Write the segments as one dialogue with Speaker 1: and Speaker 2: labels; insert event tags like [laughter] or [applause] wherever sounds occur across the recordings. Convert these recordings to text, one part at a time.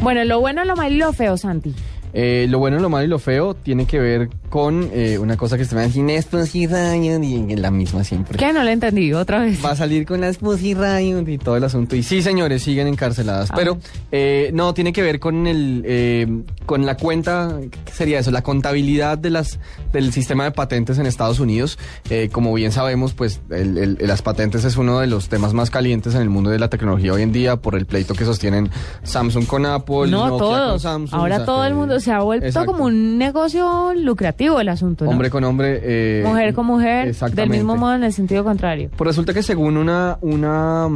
Speaker 1: Bueno, lo bueno, lo malo y lo feo, Santi.
Speaker 2: Eh, lo bueno, lo malo y lo feo tiene que ver con eh, una cosa que se llama sin Pussy Riot y es la misma siempre.
Speaker 1: ¿Qué? No lo entendí otra
Speaker 2: [laughs]
Speaker 1: vez.
Speaker 2: Va a salir con las Pussy Riot y todo el asunto. Y sí, señores, siguen encarceladas.
Speaker 1: Ah.
Speaker 2: Pero eh, no, tiene que ver con el eh, con la cuenta, ¿qué sería eso? La contabilidad de las del sistema de patentes en Estados Unidos. Eh, como bien sabemos, pues el- el- las patentes es uno de los temas más calientes en el mundo de la tecnología hoy en día por el pleito que sostienen Samsung con Apple,
Speaker 1: no,
Speaker 2: Nokia con
Speaker 1: todos.
Speaker 2: Samsung.
Speaker 1: Ahora
Speaker 2: o sea,
Speaker 1: todo el
Speaker 2: eh,
Speaker 1: mundo se ha vuelto
Speaker 2: exacto.
Speaker 1: como un negocio lucrativo el asunto. ¿no?
Speaker 2: Hombre con hombre. eh,
Speaker 1: mujer con mujer, del
Speaker 2: exactamente.
Speaker 1: mismo modo en el sentido contrario.
Speaker 2: Pues resulta que según una, una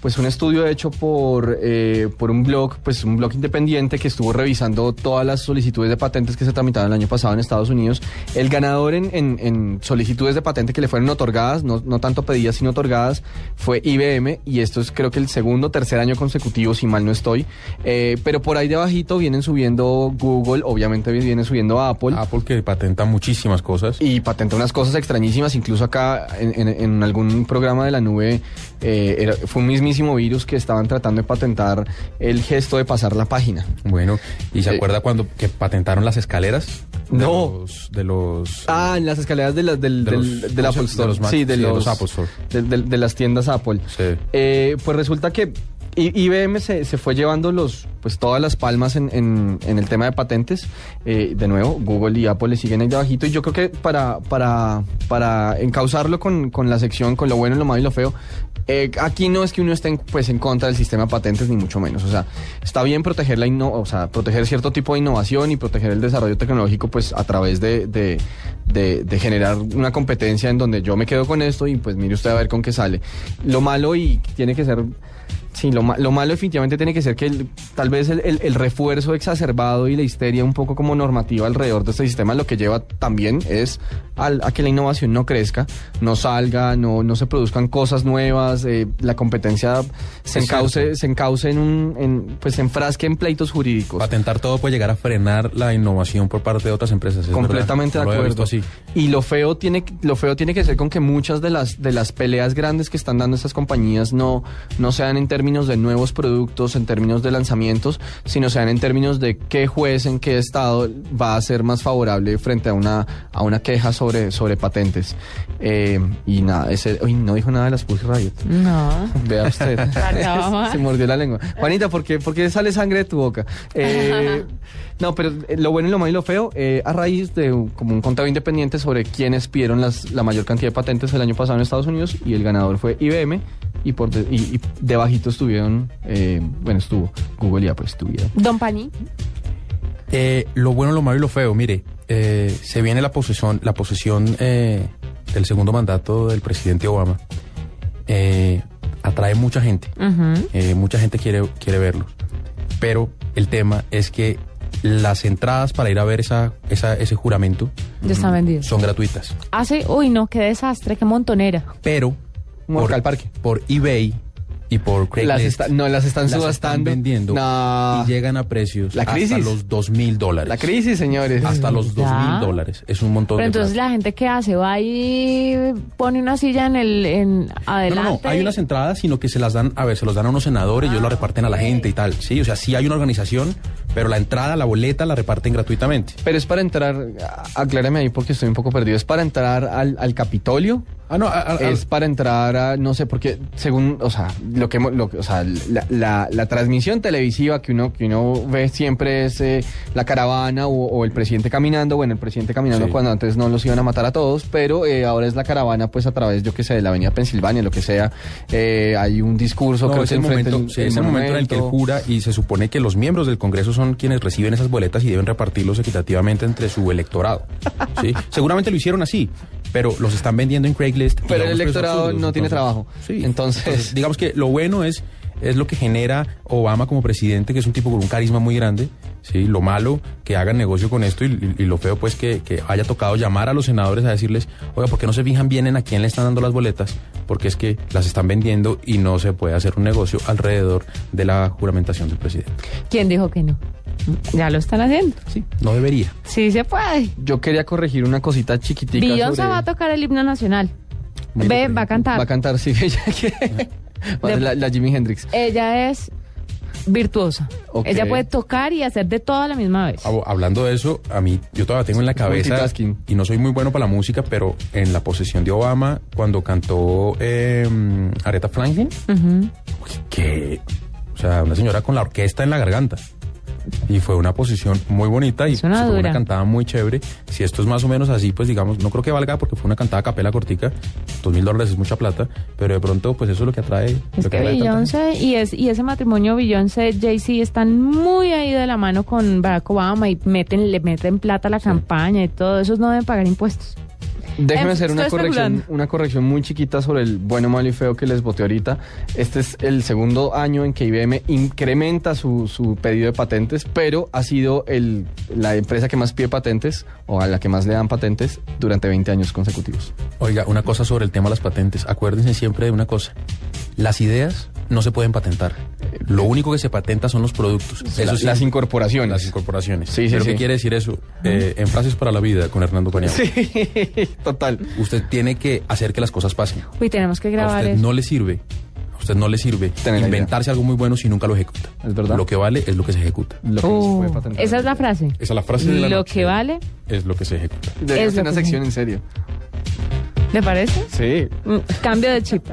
Speaker 2: pues un estudio hecho por, eh, por un blog, pues un blog independiente que estuvo revisando todas las solicitudes de patentes que se tramitaron el año pasado en Estados Unidos, el ganador en, en- en solicitudes de patente que le fueron otorgadas, no, no tanto pedidas sino otorgadas, fue IBM y esto es creo que el segundo, tercer año consecutivo, si mal no estoy, Eh, pero por ahí debajito vienen subiendo Google, obviamente viene subiendo Apple.
Speaker 3: Apple que patenta muchísimas cosas.
Speaker 2: Y patenta unas cosas extrañísimas, incluso acá en, en- en algún programa de la nube eh, era- fue un mismísimo virus que estaban tratando de patentar el gesto de pasar la página.
Speaker 3: Bueno, ¿y se
Speaker 2: Eh.
Speaker 3: acuerda cuando que patentaron las escaleras? De
Speaker 2: No.
Speaker 3: los- de los
Speaker 2: Ah, en las escaleras de la, del,
Speaker 3: De
Speaker 2: del-
Speaker 3: los-
Speaker 2: del
Speaker 3: ¿cómo se-
Speaker 2: Apple
Speaker 3: de
Speaker 2: Store.
Speaker 3: los Mac?
Speaker 2: sí, de,
Speaker 3: Sí, de
Speaker 2: los,
Speaker 3: los Apple Store.
Speaker 2: De, de- de las tiendas Apple.
Speaker 3: Sí.
Speaker 2: Eh, pues resulta que I- IBM se, se fue llevando los, pues todas las palmas en, en- en el tema de patentes. Eh, de nuevo, Google y Apple le siguen ahí debajito. Y yo creo que para, para, para encauzarlo con, con la sección, con lo bueno, lo malo y lo feo, eh, aquí no es que uno esté en, pues, en contra del sistema de patentes, ni mucho menos. O sea, está bien proteger la inno- o sea, proteger cierto tipo de innovación y proteger el desarrollo tecnológico, pues a través de, de- de- de generar una competencia en donde yo me quedo con esto y pues mire usted a ver con qué sale. Lo malo y tiene que ser Sí, lo, ma- lo malo definitivamente tiene que ser que el- tal vez el, el- el refuerzo exacerbado y la histeria un poco como normativa alrededor de este sistema lo que lleva también es al- a que la innovación no crezca, no salga, no, no se produzcan cosas nuevas, eh, la competencia se
Speaker 3: Es
Speaker 2: encauce,
Speaker 3: cierto.
Speaker 2: se encauce en un, en, pues se enfrasque en pleitos jurídicos.
Speaker 3: patentar todo puede llegar a frenar la innovación por parte de otras empresas. es
Speaker 2: Completamente
Speaker 3: verdad. No
Speaker 2: de
Speaker 3: lo había
Speaker 2: acuerdo.
Speaker 3: visto así.
Speaker 2: Y lo feo tiene que- lo feo tiene que ser con que muchas de las de las peleas grandes que están dando estas compañías no no sean en términos de nuevos productos, en términos de lanzamientos, sino sean en términos de qué juez en qué estado va a ser más favorable frente a una a una queja sobre sobre patentes. Eh, y nada, ese uy, no dijo nada de las Pulse Riot.
Speaker 1: No.
Speaker 2: Vea usted. [laughs]
Speaker 1: Perdón.
Speaker 2: Se mordió la lengua. Juanita, ¿por qué, por qué sale sangre de tu boca? Eh, no, pero eh, lo bueno y lo malo y lo feo, eh, a raíz de un- como un conteo independiente sobre quiénes pidieron las, la mayor cantidad de patentes el año pasado en Estados Unidos, y el ganador fue IBM, y, por de- y, y debajito estuvieron, eh, bueno, estuvo Google y Apple estuvieron.
Speaker 1: Don Pañi.
Speaker 3: Eh, lo bueno, lo malo y lo feo. Mire, eh, se viene la posesión, la posesión eh, del segundo mandato del presidente Obama. Eh, atrae mucha gente. Eh, mucha gente quiere, quiere verlos. Pero el tema es que las entradas para ir a ver esa, esa- ese juramento
Speaker 1: Ya
Speaker 2: Mm.
Speaker 1: está vendido.
Speaker 3: son gratuitas.
Speaker 1: Hace, uy, no, qué desastre, qué montonera.
Speaker 3: Pero
Speaker 2: Un
Speaker 3: por,
Speaker 2: Orca al parque.
Speaker 3: por eBay y por
Speaker 2: Las
Speaker 3: Craigslist
Speaker 2: esta- no, las están
Speaker 3: las
Speaker 2: subastando.
Speaker 3: vendiendo
Speaker 2: No.
Speaker 3: y llegan a precios
Speaker 2: La crisis.
Speaker 3: hasta los dos mil dólares.
Speaker 2: La crisis, señores.
Speaker 3: Hasta los dos
Speaker 1: Ya.
Speaker 3: mil dólares. Es un montón
Speaker 1: Pero
Speaker 3: de
Speaker 1: entonces
Speaker 3: plata.
Speaker 1: la gente que hace va y pone una silla en el en
Speaker 3: No,
Speaker 1: adelante.
Speaker 3: no, no, hay unas entradas, sino que se las dan, a ver, se los dan a unos senadores, ellos la reparten a la gente y tal. Sí, o sea, sí hay una organización, pero la entrada, la boleta, la reparten gratuitamente.
Speaker 2: Pero es para entrar, a- aclárame ahí porque estoy un poco perdido, ¿es para entrar al, al Capitolio?
Speaker 3: Ah, no, a- a- a-
Speaker 2: es para entrar a, no sé, porque según, o sea, lo que, hemos- lo que- o sea, la, la- la transmisión televisiva que uno, que uno ve siempre es eh, la caravana o, o el presidente caminando, bueno, el presidente caminando
Speaker 3: Sí.
Speaker 2: cuando antes no los iban a matar a todos, pero eh, ahora es la caravana pues a través, yo que sé, de la avenida Pensilvania, lo que sea, eh, hay un discurso,
Speaker 3: No,
Speaker 2: creo
Speaker 3: es
Speaker 2: que
Speaker 3: el
Speaker 2: enfrente
Speaker 3: momento,
Speaker 2: del-
Speaker 3: sí,
Speaker 2: del
Speaker 3: es el momento en el que él
Speaker 2: monumento.
Speaker 3: jura y se supone que los miembros del Congreso son quienes reciben esas boletas y deben repartirlos equitativamente entre su electorado. ¿sí? [laughs] Seguramente lo hicieron así, pero los están vendiendo en Craigslist. y
Speaker 2: Pero el
Speaker 3: a unos precios
Speaker 2: electorado
Speaker 3: absurdos,
Speaker 2: no tiene trabajo.
Speaker 3: sí.
Speaker 2: Entonces-
Speaker 3: digamos que lo bueno es es lo que genera Obama como presidente, que es un tipo con un carisma muy grande. Sí, lo malo que hagan negocio con esto y, y- y lo feo pues que, que haya tocado llamar a los senadores a decirles, oiga, ¿por qué no se fijan bien en a quién le están dando las boletas? Porque es que las están vendiendo y no se puede hacer un negocio alrededor de la juramentación del presidente.
Speaker 1: ¿Quién dijo que no? Ya lo están haciendo.
Speaker 3: Sí, no debería.
Speaker 1: Sí se puede.
Speaker 2: Yo quería corregir una cosita chiquitica.
Speaker 1: Beyoncé
Speaker 2: sobre-
Speaker 1: va a tocar el himno nacional.
Speaker 3: Muy
Speaker 1: Ve,
Speaker 3: bien.
Speaker 1: va a cantar.
Speaker 2: Va a cantar, sí, [laughs] ella que... va a ser la, la Jimi Hendrix.
Speaker 1: Ella es virtuosa.
Speaker 2: Ok.
Speaker 1: Ella puede tocar y hacer de todo a la misma vez.
Speaker 3: Hab- Hablando de eso, a mí yo todavía tengo en la cabeza
Speaker 2: Multitasking.
Speaker 3: y no soy muy bueno para la música, pero en la posesión de Obama cuando cantó eh, Aretha Franklin,
Speaker 1: Ujú.
Speaker 3: que o sea, una señora con la orquesta en la garganta. Y fue una posición muy bonita y
Speaker 1: Es una
Speaker 3: se fue
Speaker 1: dura.
Speaker 3: una cantada muy chévere. Si esto es más o menos así, pues digamos, no creo que valga porque fue una cantada a capela cortica. Dos mil dólares es mucha plata, pero de pronto, pues eso es lo que atrae.
Speaker 1: Es
Speaker 3: lo
Speaker 1: que
Speaker 3: atrae tanta
Speaker 1: Beyoncé y, es, y ese matrimonio Beyoncé, Jay-Z están muy ahí de la mano con Barack Obama y meten, le meten plata a la campaña y todo. Esos no deben pagar impuestos.
Speaker 2: Déjeme
Speaker 1: Em,
Speaker 2: hacer una
Speaker 1: estoy
Speaker 2: corrección,
Speaker 1: especulando.
Speaker 2: una corrección muy chiquita sobre el bueno, malo y feo que les voté ahorita. Este es el segundo año en que IBM incrementa su, su pedido de patentes, pero ha sido el, la empresa que más pide patentes o a la que más le dan patentes durante 20 años consecutivos.
Speaker 3: Oiga, una cosa sobre el tema de las patentes. Acuérdense siempre de una cosa. Las ideas no se pueden patentar. Lo único que se patenta son los productos.
Speaker 2: La-
Speaker 3: Eso sí,
Speaker 2: las incorporaciones.
Speaker 3: Las incorporaciones.
Speaker 2: Sí, sí,
Speaker 3: ¿Pero
Speaker 2: sí. Mm.
Speaker 3: qué quiere decir eso? Eh, en frases para la vida con Hernando Paniagua.
Speaker 2: Total.
Speaker 3: Usted tiene que hacer que las cosas pasen.
Speaker 1: Uy, tenemos que
Speaker 3: A
Speaker 1: grabar
Speaker 3: usted
Speaker 1: eso.
Speaker 3: no le sirve. A usted no le sirve
Speaker 2: Tener la
Speaker 3: inventarse algo muy bueno si nunca lo ejecuta.
Speaker 2: Es verdad.
Speaker 3: Lo que vale es lo que se ejecuta.
Speaker 2: Lo que no se
Speaker 1: Oh,
Speaker 2: puede patentar.
Speaker 1: esa es la frase.
Speaker 3: Esa es la frase de la
Speaker 1: Lo
Speaker 3: noche.
Speaker 1: que vale.
Speaker 3: es lo que se ejecuta.
Speaker 2: Debería
Speaker 1: es
Speaker 2: ser
Speaker 1: lo
Speaker 2: una
Speaker 1: que
Speaker 2: sección en serio.
Speaker 1: ¿Le parece?
Speaker 2: Sí.
Speaker 1: Mm, Cambio de chip.